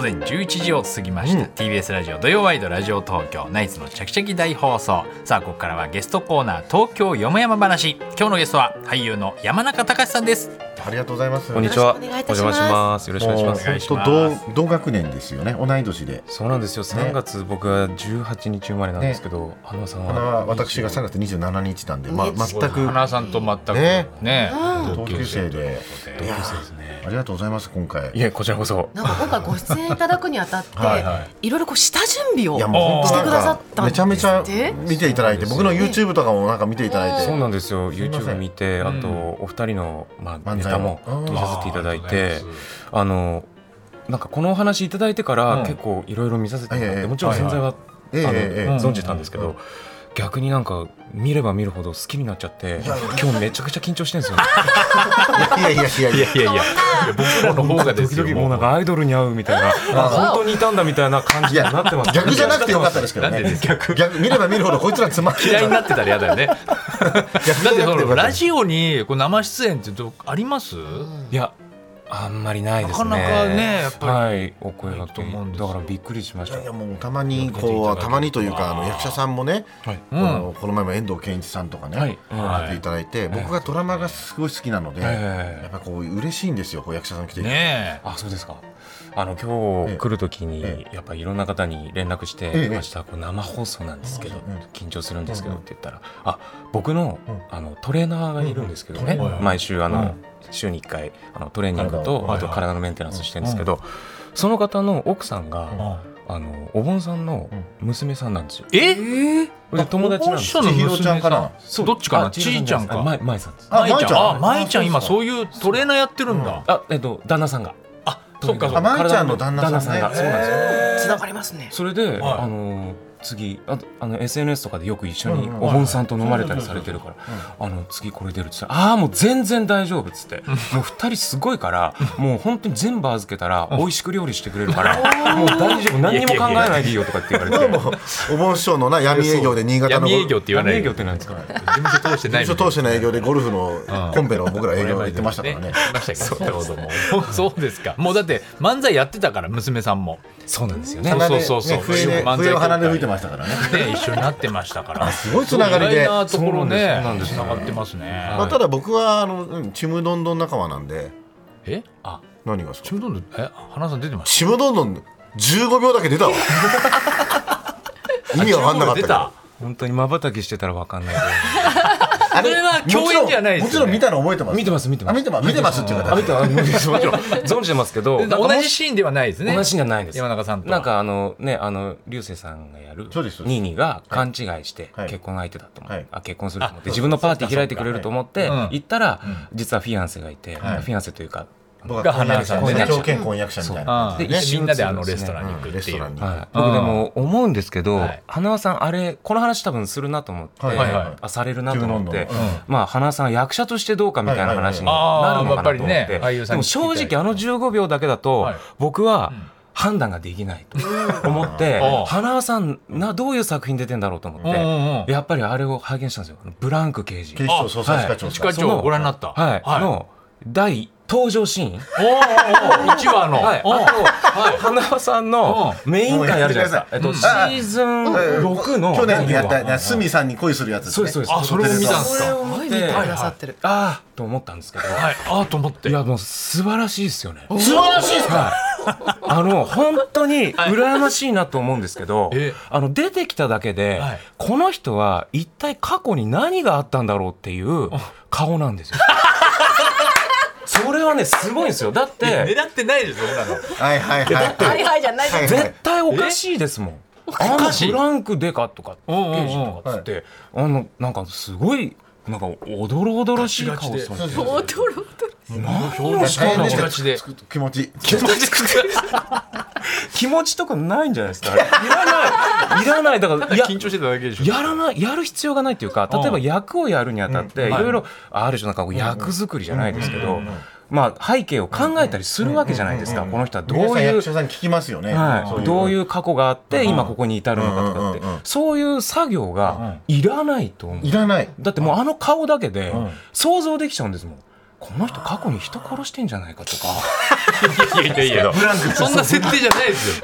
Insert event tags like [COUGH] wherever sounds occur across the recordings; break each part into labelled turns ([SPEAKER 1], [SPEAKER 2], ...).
[SPEAKER 1] 前11時を過ぎました、TBS ラジオ土曜ワイドラジオ東京ナイツのチャキチャキ大放送さあここからはゲストコーナー東京よもやま話今日のゲストは俳優の山中隆さんです
[SPEAKER 2] ありがとうございます。
[SPEAKER 3] こんにちは。
[SPEAKER 4] よ
[SPEAKER 3] お
[SPEAKER 4] ろしくお願いいたします
[SPEAKER 3] 邪魔します。よろしくお願いします。
[SPEAKER 1] 願いします
[SPEAKER 2] もう本当同同学年ですよね。同い年で。
[SPEAKER 3] そうなんですよ。3月、僕は18日生まれなんですけど、花輪さん
[SPEAKER 2] あ
[SPEAKER 3] は
[SPEAKER 2] の私が3月27日なんで、ま全く
[SPEAKER 1] 花さんと全くね
[SPEAKER 2] ね
[SPEAKER 4] うん
[SPEAKER 2] 同級生で。いやありがとうございます今回。
[SPEAKER 3] い
[SPEAKER 2] い
[SPEAKER 3] えこちらこそ。
[SPEAKER 4] なんか今回ご出演いただくにあたって
[SPEAKER 2] はい
[SPEAKER 4] い
[SPEAKER 2] は
[SPEAKER 4] ろいろこう下準備を
[SPEAKER 2] やもう本当
[SPEAKER 4] してくださったん
[SPEAKER 2] め
[SPEAKER 4] です
[SPEAKER 2] ちゃめちゃ
[SPEAKER 4] って
[SPEAKER 2] 見ていただいて、僕の YouTube とかもなんか見ていただい
[SPEAKER 3] そう
[SPEAKER 2] て。
[SPEAKER 3] なんですよ。
[SPEAKER 2] いません
[SPEAKER 3] YouTube 見て、あと
[SPEAKER 1] うん
[SPEAKER 3] お二人のまあ
[SPEAKER 2] 漫
[SPEAKER 3] ネ
[SPEAKER 2] 才
[SPEAKER 3] タ
[SPEAKER 2] も
[SPEAKER 3] も
[SPEAKER 2] うん
[SPEAKER 3] 見させていただいて
[SPEAKER 1] あーありがとうございま、
[SPEAKER 3] あのなんかこのお話いただいてか
[SPEAKER 1] うん
[SPEAKER 3] ら結構いろいろ見させてもらっ
[SPEAKER 2] ええ
[SPEAKER 3] て、もちろん
[SPEAKER 1] はいは
[SPEAKER 3] 存
[SPEAKER 1] い
[SPEAKER 3] 在はあ
[SPEAKER 2] ええ
[SPEAKER 3] の
[SPEAKER 2] ええ
[SPEAKER 3] 存じたんですけ
[SPEAKER 2] うん
[SPEAKER 3] ど。逆になんか見れば見るほど好きになっちゃって
[SPEAKER 2] いや
[SPEAKER 3] 今日めちゃくちゃ緊張してるんですよね
[SPEAKER 2] いやいやいやいや。
[SPEAKER 1] いやいや僕らの方がですよ
[SPEAKER 3] 時々もうなんかアイドルに会うみたいなあ本当にいたんだみたいな感じになってます
[SPEAKER 2] 逆じゃなくてよかったですけど
[SPEAKER 1] なんでで
[SPEAKER 2] ね
[SPEAKER 1] す。か
[SPEAKER 2] 逆見れば見るほどこいつらつまんない。
[SPEAKER 1] 嫌いになってたら嫌だよねだってそのラジオにこう生出演ってどあります
[SPEAKER 3] いやあんまりないですね
[SPEAKER 1] なかなかねやっぱり
[SPEAKER 3] はいお声が
[SPEAKER 1] ないと
[SPEAKER 3] け
[SPEAKER 1] 思うんですよ
[SPEAKER 3] だからびっくりしまし
[SPEAKER 2] い
[SPEAKER 3] た
[SPEAKER 2] やいやもうたまに
[SPEAKER 1] 出ていただ
[SPEAKER 2] こ
[SPEAKER 1] いうて
[SPEAKER 2] たまにというかあの役者さんもね、
[SPEAKER 3] はい
[SPEAKER 2] あのこの前も遠藤健一さんとかね、
[SPEAKER 3] はい
[SPEAKER 2] やっていただいて、僕がドラマがすごい好きなので、
[SPEAKER 3] ええ
[SPEAKER 2] やっぱこう嬉しいんですよこう役者さん来て、
[SPEAKER 1] ねえ
[SPEAKER 3] あそうですかあの今
[SPEAKER 2] ええ
[SPEAKER 3] 日来る時に
[SPEAKER 2] え
[SPEAKER 3] やっぱいろんな方に連絡して
[SPEAKER 2] ええ
[SPEAKER 3] 明日こう生放送なんですけど
[SPEAKER 2] うん
[SPEAKER 3] 緊張するんですけどって言ったらあ僕の
[SPEAKER 2] うん
[SPEAKER 3] あのトレーナーがいるんですけど
[SPEAKER 2] う
[SPEAKER 3] ね
[SPEAKER 2] んうん
[SPEAKER 3] 毎週あ
[SPEAKER 1] う
[SPEAKER 3] の
[SPEAKER 1] ん
[SPEAKER 3] 週に1回あのトレーニング
[SPEAKER 2] 体を
[SPEAKER 3] とあと
[SPEAKER 1] はいはい
[SPEAKER 3] 体のメンテナンスしてるんですけどその方の奥さん
[SPEAKER 2] う
[SPEAKER 3] が
[SPEAKER 1] あ
[SPEAKER 3] あのお盆さんの娘さんなんですよ
[SPEAKER 1] え
[SPEAKER 3] で友達なんですよ
[SPEAKER 1] お盆師匠の娘
[SPEAKER 2] ちゃんかな
[SPEAKER 3] そう
[SPEAKER 1] どっちかな
[SPEAKER 3] あ
[SPEAKER 1] ちいちゃんか
[SPEAKER 3] あまいまいさんです
[SPEAKER 2] あ
[SPEAKER 1] まいちゃんあ
[SPEAKER 2] まいちゃん
[SPEAKER 1] まいちゃん今
[SPEAKER 2] あそ
[SPEAKER 1] そういうトレーナーやってるんだ
[SPEAKER 3] あえっと旦那さんが
[SPEAKER 1] あそっかそ
[SPEAKER 2] あ
[SPEAKER 1] っか
[SPEAKER 2] まいちゃんの旦那さんね
[SPEAKER 3] がそうなんですよ
[SPEAKER 4] つながりますね
[SPEAKER 3] それで、
[SPEAKER 1] はい
[SPEAKER 3] あのー次あとあの SNS とかでよく一緒に
[SPEAKER 2] うんうん
[SPEAKER 3] お盆さんと飲まれたりされてるから「あの次これ出る」っつったら「ああもう全然大丈夫」っつってもう二人すごいからもう本当に全部預けたら美味しく料理してくれるからもう大丈夫何にも考えないでいいよとかって言われ
[SPEAKER 2] どう
[SPEAKER 3] て
[SPEAKER 2] もお盆師匠のな闇営業で新潟の
[SPEAKER 1] 闇営業って言わない
[SPEAKER 3] 営業
[SPEAKER 1] よ
[SPEAKER 3] ってなんですか
[SPEAKER 1] 事務所通してない
[SPEAKER 2] 一応当初の営業でゴルフのコンペの僕ら営業で出ましたからね
[SPEAKER 1] 出ましたけどそうそうですかもうだって漫才やってたから娘さんも
[SPEAKER 3] そうなんですよね
[SPEAKER 1] そ
[SPEAKER 2] 鼻
[SPEAKER 1] う
[SPEAKER 2] でね
[SPEAKER 1] そうそう
[SPEAKER 2] 笛で
[SPEAKER 1] 漫才協会
[SPEAKER 2] 笛を鼻で吹いてましたからね
[SPEAKER 1] ね一緒になってましたから
[SPEAKER 2] すごいつながり
[SPEAKER 1] 意
[SPEAKER 2] で
[SPEAKER 1] 外なところね
[SPEAKER 3] そうなんです
[SPEAKER 1] つ
[SPEAKER 3] そう
[SPEAKER 1] な
[SPEAKER 3] なん
[SPEAKER 1] が
[SPEAKER 3] です
[SPEAKER 1] ってますね
[SPEAKER 2] まあただ僕はあのうんちむどんどん仲間なんで
[SPEAKER 1] えあ
[SPEAKER 2] 何がです
[SPEAKER 1] ち
[SPEAKER 2] か
[SPEAKER 1] むどんどんえ花さん出てまし
[SPEAKER 2] ちむどんどん15秒だけ
[SPEAKER 1] [LAUGHS]
[SPEAKER 2] 出たわ意味わかんなかったけ
[SPEAKER 1] 出た
[SPEAKER 2] ど
[SPEAKER 3] 本当にまばたきしてたらわかんない
[SPEAKER 2] あ
[SPEAKER 1] それは共演じゃないですよね
[SPEAKER 2] もちろんもちろん見たの覚えてます
[SPEAKER 3] 見てます見てま
[SPEAKER 2] あ
[SPEAKER 3] す
[SPEAKER 2] 見てます見てますっていう
[SPEAKER 3] あ
[SPEAKER 2] か
[SPEAKER 3] 見てます見てますもちろん存じてますけどなんかも
[SPEAKER 1] 同
[SPEAKER 3] し
[SPEAKER 1] じシーンではないですね
[SPEAKER 3] 同じじゃないです
[SPEAKER 1] 山中さんとは
[SPEAKER 3] なんかあのねあの流星さんがやる
[SPEAKER 2] そうですそうです
[SPEAKER 3] ニーニーが勘違いして
[SPEAKER 2] はい
[SPEAKER 3] 結婚相手だと思
[SPEAKER 2] はいう
[SPEAKER 3] あ結婚すると思っ
[SPEAKER 1] あ
[SPEAKER 3] て自分のパーティー開いてくれると思っ
[SPEAKER 1] そ
[SPEAKER 3] て
[SPEAKER 1] うかそうか
[SPEAKER 3] 行ったら実はフィアンセがいてフ
[SPEAKER 2] はい
[SPEAKER 3] ィアンセというか
[SPEAKER 2] 僕は婚約者
[SPEAKER 3] 僕は
[SPEAKER 2] ね
[SPEAKER 3] 花
[SPEAKER 2] 条
[SPEAKER 3] さん
[SPEAKER 2] 件婚約者みたいな
[SPEAKER 1] あ
[SPEAKER 3] で
[SPEAKER 1] で
[SPEAKER 3] 一
[SPEAKER 1] み
[SPEAKER 3] 緒
[SPEAKER 1] ん
[SPEAKER 3] に
[SPEAKER 1] なであのレストランに行
[SPEAKER 2] う
[SPEAKER 1] くって
[SPEAKER 2] ん
[SPEAKER 1] い
[SPEAKER 2] レ
[SPEAKER 1] う
[SPEAKER 2] ストランに
[SPEAKER 3] はい
[SPEAKER 1] うん
[SPEAKER 3] 僕でも思うんですけど
[SPEAKER 1] はい
[SPEAKER 3] 花輪さんあれこの話多分するなと思って
[SPEAKER 2] はい
[SPEAKER 1] はいはい
[SPEAKER 3] あされるなと思っ
[SPEAKER 2] 自
[SPEAKER 3] て
[SPEAKER 2] 分のうん
[SPEAKER 3] まあ花輪さんは役者としてどうかみたいな話になるのかなと
[SPEAKER 1] は
[SPEAKER 3] 思っ
[SPEAKER 1] いはいはいあーやっぱりね
[SPEAKER 3] て
[SPEAKER 1] 俳優さ
[SPEAKER 3] で
[SPEAKER 1] んに聞きた
[SPEAKER 3] も正
[SPEAKER 1] い
[SPEAKER 3] 直あの15秒だけだと
[SPEAKER 1] はい
[SPEAKER 3] 僕は判断ができないと思って
[SPEAKER 1] あー
[SPEAKER 3] 花輪さんなどういう作品出てんだろうと思っ
[SPEAKER 1] うんう
[SPEAKER 3] て。
[SPEAKER 1] んうん
[SPEAKER 3] やっぱりあれを拝見したんですよ。あのブランク刑事。
[SPEAKER 2] 警視庁捜査一課長
[SPEAKER 1] 一
[SPEAKER 2] さん
[SPEAKER 1] 課
[SPEAKER 3] そ
[SPEAKER 1] 長
[SPEAKER 3] の
[SPEAKER 1] ご覧になった
[SPEAKER 3] はい。
[SPEAKER 1] はい
[SPEAKER 3] の、第、登場シーン。
[SPEAKER 1] おーおーお [LAUGHS] ー一話の
[SPEAKER 3] はい。あと、
[SPEAKER 1] おー
[SPEAKER 3] はい、花輪さんのメイン会あるじゃないですか。えっ
[SPEAKER 2] も
[SPEAKER 3] と、
[SPEAKER 2] う
[SPEAKER 3] シ
[SPEAKER 2] やめてください
[SPEAKER 3] ーズン6の。
[SPEAKER 2] 去年やった
[SPEAKER 3] 第二話
[SPEAKER 2] ね鷲見さんに恋するやつですね
[SPEAKER 3] そうです、そう
[SPEAKER 1] あそれ
[SPEAKER 3] です。
[SPEAKER 1] を見たんですか
[SPEAKER 4] すごい見てくださってる
[SPEAKER 3] ああ、と思ったんですけど。
[SPEAKER 1] はいあーと思って
[SPEAKER 3] いや、もう素晴らしいですよね。
[SPEAKER 2] 素晴らしいですか
[SPEAKER 3] はいあの本当に羨ましいなと思うんですけど
[SPEAKER 1] ええ、
[SPEAKER 3] あの出てきただけで、
[SPEAKER 1] はい
[SPEAKER 3] この人は一体過去に何があったんだろうっていう顔な
[SPEAKER 1] [LAUGHS]
[SPEAKER 3] んですよ。それはねすごいんですよ。だって
[SPEAKER 1] 狙ってないですよそんなの
[SPEAKER 2] はいはいはい
[SPEAKER 4] はいはいじゃない
[SPEAKER 2] はい
[SPEAKER 3] 絶対おかしいですもん。あの
[SPEAKER 1] しい
[SPEAKER 3] フランクデカとか刑
[SPEAKER 1] うんうんうん
[SPEAKER 3] 事とかっつって、あのなんかすごいなんかおどろおどろしい顔するんですよ。
[SPEAKER 4] 驚驚
[SPEAKER 3] 何をした
[SPEAKER 2] 大
[SPEAKER 3] んだろ
[SPEAKER 1] 気
[SPEAKER 2] 変で
[SPEAKER 3] う
[SPEAKER 1] 持ち
[SPEAKER 2] し
[SPEAKER 1] で
[SPEAKER 2] た気持ち
[SPEAKER 3] 気持ち気持ちとかないんじゃないですかあれいらないいらないだからいや
[SPEAKER 1] [LAUGHS] 緊張してただけでしょ
[SPEAKER 3] やらないやる必要がないっていうか例えば役をやるにあたって
[SPEAKER 1] うん
[SPEAKER 3] いろいろある種なんかこう役作りじゃないですけどまあ背景を考えたりするわけじゃないですかこの人はどう
[SPEAKER 2] 皆さん
[SPEAKER 3] い
[SPEAKER 2] 役
[SPEAKER 3] う
[SPEAKER 2] 者さん聞きますよね
[SPEAKER 3] はい、どういうう過去があって今ここに至るのかとかって
[SPEAKER 2] うんうんうんうん
[SPEAKER 3] そういう作業がいらないと思う
[SPEAKER 2] いらない
[SPEAKER 3] だってもうあの顔だけで
[SPEAKER 1] ん
[SPEAKER 3] 想像できちゃうんですもんこの人過去に人殺してんじゃないかとか
[SPEAKER 1] いやいやいやそんな設定じゃないです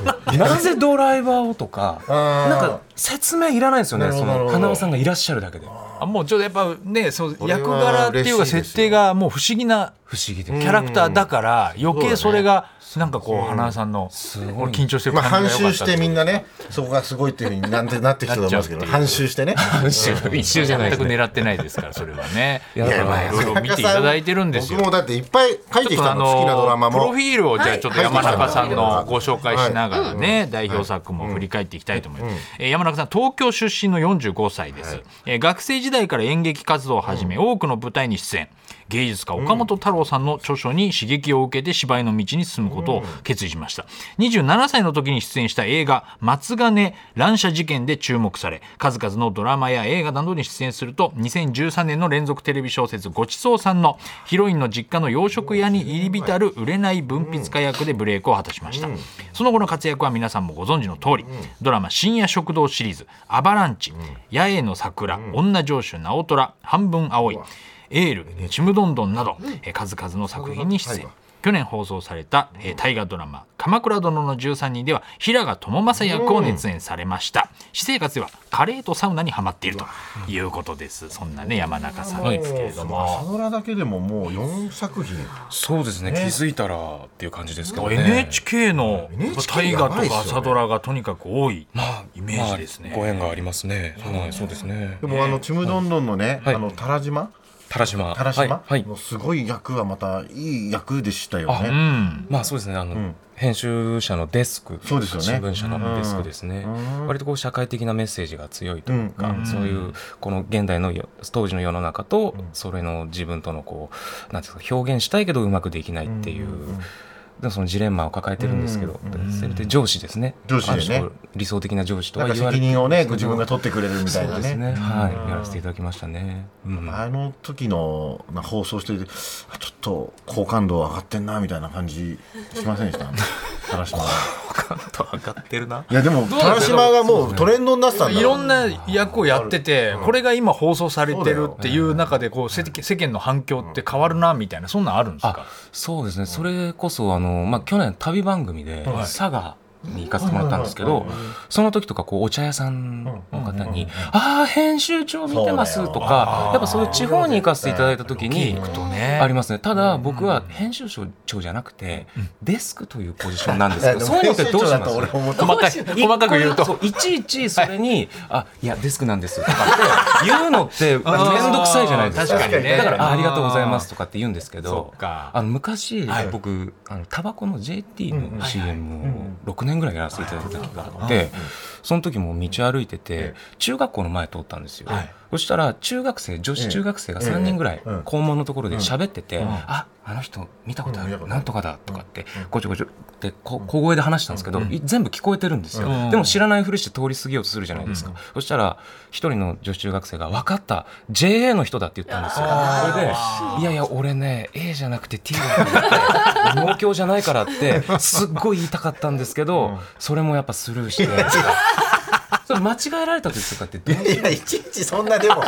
[SPEAKER 1] よ
[SPEAKER 3] [LAUGHS] なぜドライバーをとか、
[SPEAKER 2] あー
[SPEAKER 3] なんか説明いらないんですよね、
[SPEAKER 2] なる
[SPEAKER 3] そ
[SPEAKER 2] ほどなる
[SPEAKER 3] の
[SPEAKER 2] ほど
[SPEAKER 3] 花尾さんがいらっしゃるだけで。
[SPEAKER 1] あもうちょっとやっぱねその
[SPEAKER 2] これは
[SPEAKER 1] 役柄っていうか
[SPEAKER 2] 嬉しいですよ
[SPEAKER 1] 設定がもう不思議な
[SPEAKER 3] 不思議で。
[SPEAKER 1] キャラクターだから余計それがなんかこう花さんの
[SPEAKER 3] ごい
[SPEAKER 1] 俺緊張してる
[SPEAKER 2] まあ、
[SPEAKER 1] 感
[SPEAKER 2] 半
[SPEAKER 1] じが良か
[SPEAKER 2] 周
[SPEAKER 1] った
[SPEAKER 2] し
[SPEAKER 1] って
[SPEAKER 2] て
[SPEAKER 1] いう
[SPEAKER 2] みんなねそこがすごいっていうふうになんてなってきたと思うんですけど
[SPEAKER 1] なっちゃうっていう
[SPEAKER 2] 半周してね
[SPEAKER 3] 一周じゃないで
[SPEAKER 1] 全
[SPEAKER 3] す
[SPEAKER 1] く
[SPEAKER 3] ね。
[SPEAKER 1] 狙ってないですからそれはねい
[SPEAKER 3] やまあ
[SPEAKER 1] いろいろ見ていただいてるんですよ
[SPEAKER 2] 僕もだっていっぱい書いてきたの好きなドラマ
[SPEAKER 1] プロ
[SPEAKER 2] も
[SPEAKER 1] フィールをじゃあちょっと山中さんのご紹介しながらね、代表作も振り返っていきたいと思います、えー山中さん東京出身の45歳です、えー学生時代から演劇活動を始め、多くの舞台に出演芸術家岡本太郎さんの著書に刺激を受けて芝居の道に進むことを決意しました27歳の時に出演した映画「松金乱射事件」で注目され数々のドラマや映画などに出演すると2013年の連続テレビ小説「ごちそうさん」のヒロインの実家の洋食屋に入り浸る売れない文筆家役でブレイクを果たしましたその後の活躍は皆さんもご存知の通りドラマ「深夜食堂」シリーズ「アバランチ」「八重の桜」「女城主直虎」「半分青い」「エール」「ちむどんどん」などえー数々の作品に出演去年放送された、えー大河ドラマ「鎌倉殿の13人」では平賀智正役を熱演されました、私生活ではカレーとサウナにはまっているということです、そんなね山中さんですけれども、
[SPEAKER 2] 朝ドラだけでももう4作品
[SPEAKER 3] [LAUGHS] そうですね、気づいたらっていう感じですけどね。
[SPEAKER 1] NHK の
[SPEAKER 2] NHK
[SPEAKER 1] 大
[SPEAKER 2] や
[SPEAKER 1] 河
[SPEAKER 2] ばい
[SPEAKER 1] とか
[SPEAKER 2] っすよね
[SPEAKER 1] 朝ドラがとにかく多い
[SPEAKER 3] まあ、
[SPEAKER 1] イメージですね
[SPEAKER 3] まあご縁がありますね。はい、そうですね
[SPEAKER 2] で。もあのちむどんどんのね、
[SPEAKER 3] はい
[SPEAKER 2] あのタラ島
[SPEAKER 3] タラ島。
[SPEAKER 2] タラ島、
[SPEAKER 3] はい。はい
[SPEAKER 2] もうすごい役はまたいい役でしたよ
[SPEAKER 1] う
[SPEAKER 2] ね
[SPEAKER 1] ん
[SPEAKER 3] まあそうですねあの、
[SPEAKER 2] ん
[SPEAKER 3] 編集者のデスク
[SPEAKER 2] そうですよね
[SPEAKER 3] 新聞社のデスクですね、
[SPEAKER 2] うん
[SPEAKER 3] 割とこう社会的なメッセージが強いというか、
[SPEAKER 2] うん
[SPEAKER 3] そういうこの現代のよ当時の世の中とそれの自分とのこうなんていうか表現したいけどうまくできないっていう。でもそのジレンマを抱えてるんですけど、それで上司ですね
[SPEAKER 2] 上司でね
[SPEAKER 3] ある種理想的な上司と
[SPEAKER 2] な
[SPEAKER 3] は
[SPEAKER 2] んか
[SPEAKER 3] 言われ
[SPEAKER 2] 責
[SPEAKER 3] て
[SPEAKER 2] 任をね自分が取ってくれるみたい
[SPEAKER 3] そう
[SPEAKER 2] な
[SPEAKER 3] です
[SPEAKER 2] ね
[SPEAKER 3] ね、はい、やらせていただきましたね、うん
[SPEAKER 2] あの時のな放送しててあちょっと好感度上がってんなみたいな感じしませんで
[SPEAKER 3] [LAUGHS]
[SPEAKER 2] したタラ島
[SPEAKER 3] 上がってるない
[SPEAKER 2] やでも
[SPEAKER 1] どうなんで
[SPEAKER 2] タ
[SPEAKER 1] す
[SPEAKER 2] ラ
[SPEAKER 1] か
[SPEAKER 2] 島がもうトレンドになってたんだ
[SPEAKER 1] いろ
[SPEAKER 2] なん
[SPEAKER 1] な役をやっててこれが今放送されてるっていう中でこう世世間の反響って変わるなみたいなそんなんあるんですか
[SPEAKER 3] あそうですね、それこそあの、まあ、去年旅番組で
[SPEAKER 1] はい
[SPEAKER 3] 佐賀に行かせてもらったんですけ
[SPEAKER 2] は
[SPEAKER 3] ど
[SPEAKER 2] いはいはい
[SPEAKER 3] その時とかこうお茶屋さんの方に「ああ編集長見てます」と
[SPEAKER 2] そう
[SPEAKER 1] だ
[SPEAKER 3] か
[SPEAKER 1] よ
[SPEAKER 3] やっぱそういう地方に行かせていただいた時に
[SPEAKER 1] 行くとね
[SPEAKER 3] ありますねただ僕は編集長じゃなくてデスクというポジションなんですけ
[SPEAKER 1] [LAUGHS]
[SPEAKER 3] どそういうのってどうします
[SPEAKER 2] 俺思った
[SPEAKER 1] 細かい細かく言うと
[SPEAKER 3] そういちいちそれに「あいやデスクなんです」とかって言う
[SPEAKER 1] [LAUGHS]
[SPEAKER 3] のって面倒くさいじゃないですか
[SPEAKER 1] 確かにね
[SPEAKER 3] だからあ「ありがとうございます」とかって言うんです
[SPEAKER 1] そ
[SPEAKER 3] けど
[SPEAKER 1] っか
[SPEAKER 3] あの昔、
[SPEAKER 1] はい
[SPEAKER 3] 僕あのタバコの JT の CM を6年ぐらいやらせていただいた時があってその時も道歩いてて中学校の前通ったんですよ、
[SPEAKER 1] はい
[SPEAKER 3] そしたら中学生女子中学生が3人ぐらい
[SPEAKER 2] ええええ
[SPEAKER 3] 校門のところで喋ってて「
[SPEAKER 1] ん
[SPEAKER 3] ああの人見たことあ
[SPEAKER 2] うん見た
[SPEAKER 3] る、
[SPEAKER 2] ことある
[SPEAKER 3] なんとかだ」とかってごちょごちょってこ小声で話したんですけど、い全部聞こえてるんですよ、
[SPEAKER 1] うん
[SPEAKER 3] でも知らないふりして通り過ぎようとするじゃないですか、そしたら一人の女子中学生が「分かった JA の人だ」って言ったんですよ
[SPEAKER 1] あー
[SPEAKER 3] それで「いやいや俺ね A じゃなくて T だからって農協じゃないから」ってすっごい言いたかったんですけど、それもやっぱスルー [LAUGHS] して。それ間違えられた時とかってどう
[SPEAKER 2] いやいちいちそんなでも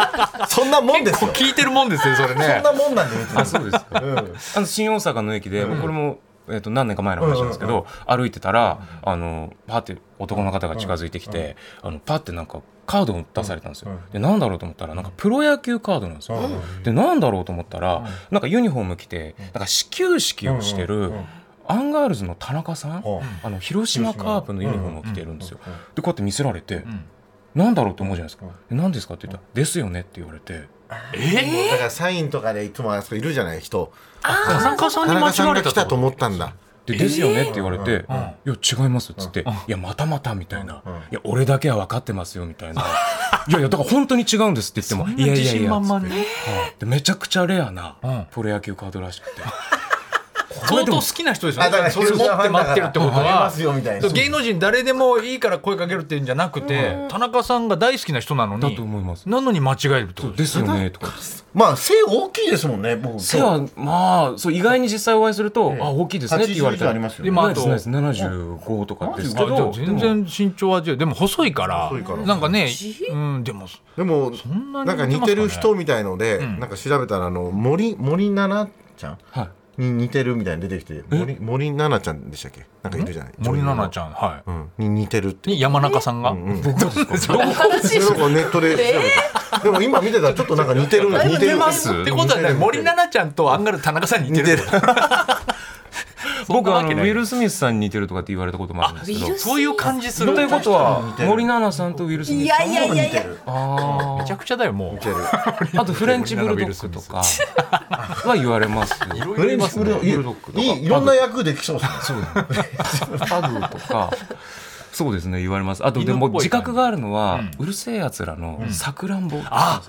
[SPEAKER 2] そんなもんですよ
[SPEAKER 1] 聞いてるもんですよそれ
[SPEAKER 2] そ
[SPEAKER 1] ね
[SPEAKER 2] んなもんなんで別に
[SPEAKER 3] あそうですか
[SPEAKER 2] うん
[SPEAKER 3] あの新大阪の駅で、これも、えっと何年か前の話なんですけど、歩いてたらあのパって男の方が近づいてきて、あのパってなんかカードを出されたんですよ、でなんだろうと思ったらなんかプロ野球カードなんですよ、でなんだろうと思ったら、なんかユニフォーム着てなんか始球式をしてる、アンガールズの田中さん、
[SPEAKER 2] うん
[SPEAKER 3] あの広島カープのユニフォームを着てるんですよ、でこうやって見せられて、なんだろうと思うじゃないですか、で何ですかって言ったら「ですよね」って言われて。
[SPEAKER 1] え
[SPEAKER 2] だからサインとかでいつもあそこいるじゃない人
[SPEAKER 1] 田中さ
[SPEAKER 2] 田
[SPEAKER 1] んに間
[SPEAKER 2] 中さん
[SPEAKER 1] 違
[SPEAKER 2] が
[SPEAKER 1] え
[SPEAKER 2] 来
[SPEAKER 1] た
[SPEAKER 2] た
[SPEAKER 1] と
[SPEAKER 2] と思ったんだ
[SPEAKER 3] でですよねって言われて「いや違います」っつって「いやまたまた」みたいな「いや俺だけは分かってますよ」みたいな「いやいやだから本当に違うんです」って言っても
[SPEAKER 1] そん
[SPEAKER 3] 「
[SPEAKER 1] ない
[SPEAKER 3] やいや
[SPEAKER 1] 自
[SPEAKER 3] い
[SPEAKER 1] 信
[SPEAKER 3] や」
[SPEAKER 1] 満々
[SPEAKER 3] っつって
[SPEAKER 1] ね
[SPEAKER 3] はいでめちゃくちゃレアなんプロ野球カードらしくてこ
[SPEAKER 1] 相当好きな人ですよね
[SPEAKER 2] あだから
[SPEAKER 1] それ持って待ってるってこと
[SPEAKER 2] あり
[SPEAKER 1] は
[SPEAKER 2] ますよみたいな
[SPEAKER 1] そう芸能人誰でもいいから声かけるっていうんじゃなくて田中さんが大好きな人なの
[SPEAKER 3] だ
[SPEAKER 1] に
[SPEAKER 3] と思います
[SPEAKER 1] なのに間違えるってことです
[SPEAKER 3] ですよねとか
[SPEAKER 2] まあ背大きいですもんね僕
[SPEAKER 3] 背はまあそう意外に実際お会いすると、あ大きいですねって言われ
[SPEAKER 2] 80以上
[SPEAKER 3] たら
[SPEAKER 2] ありますよね
[SPEAKER 1] でも
[SPEAKER 3] ま
[SPEAKER 1] あ
[SPEAKER 3] あ
[SPEAKER 1] と
[SPEAKER 3] と75とかですけ
[SPEAKER 1] あじゃ
[SPEAKER 3] ど
[SPEAKER 1] あ全然身長は違うでも細いから
[SPEAKER 5] 細いから
[SPEAKER 1] なんかねうんでも
[SPEAKER 5] でも
[SPEAKER 1] んな
[SPEAKER 5] な
[SPEAKER 1] に
[SPEAKER 5] んか似てる人みたいので、なんか調べたらあの森森七菜ちゃん
[SPEAKER 3] はい
[SPEAKER 5] に似てるみたいに出てきて森森七菜ちゃんでしたっけなんかいるじゃない
[SPEAKER 1] 森七菜ちゃんは
[SPEAKER 5] ゃん、うん、に似てるって
[SPEAKER 1] いに山中さんが
[SPEAKER 5] それなんかネットで調べた、でも今見てたらちょっとなんか似てる似てる
[SPEAKER 1] ってことはね森七菜ちゃんとアンガールズ田中さんに似てる [LAUGHS]
[SPEAKER 3] 僕あのウィ
[SPEAKER 1] ル
[SPEAKER 3] ル・スミスさんに似てるとかって言われたこともあるんですけど
[SPEAKER 1] そういう感じする
[SPEAKER 3] ということは森七菜さんとウィル・スミ
[SPEAKER 4] い
[SPEAKER 3] スさ
[SPEAKER 4] や
[SPEAKER 3] ん
[SPEAKER 4] いやいやいや
[SPEAKER 3] あ
[SPEAKER 1] めちゃくちゃだよもう
[SPEAKER 3] ーあとフレンチ・ブルドッグとかは言われますよ
[SPEAKER 2] フレンチフル
[SPEAKER 3] ブルドッグとか
[SPEAKER 2] いいいろんな役できそうですね
[SPEAKER 3] パグとかそうですね言われますあとで
[SPEAKER 1] 犬っぽ
[SPEAKER 3] も
[SPEAKER 1] い感じ
[SPEAKER 3] 自覚があるのは、うるせえやつらのさくらんぼ
[SPEAKER 1] あ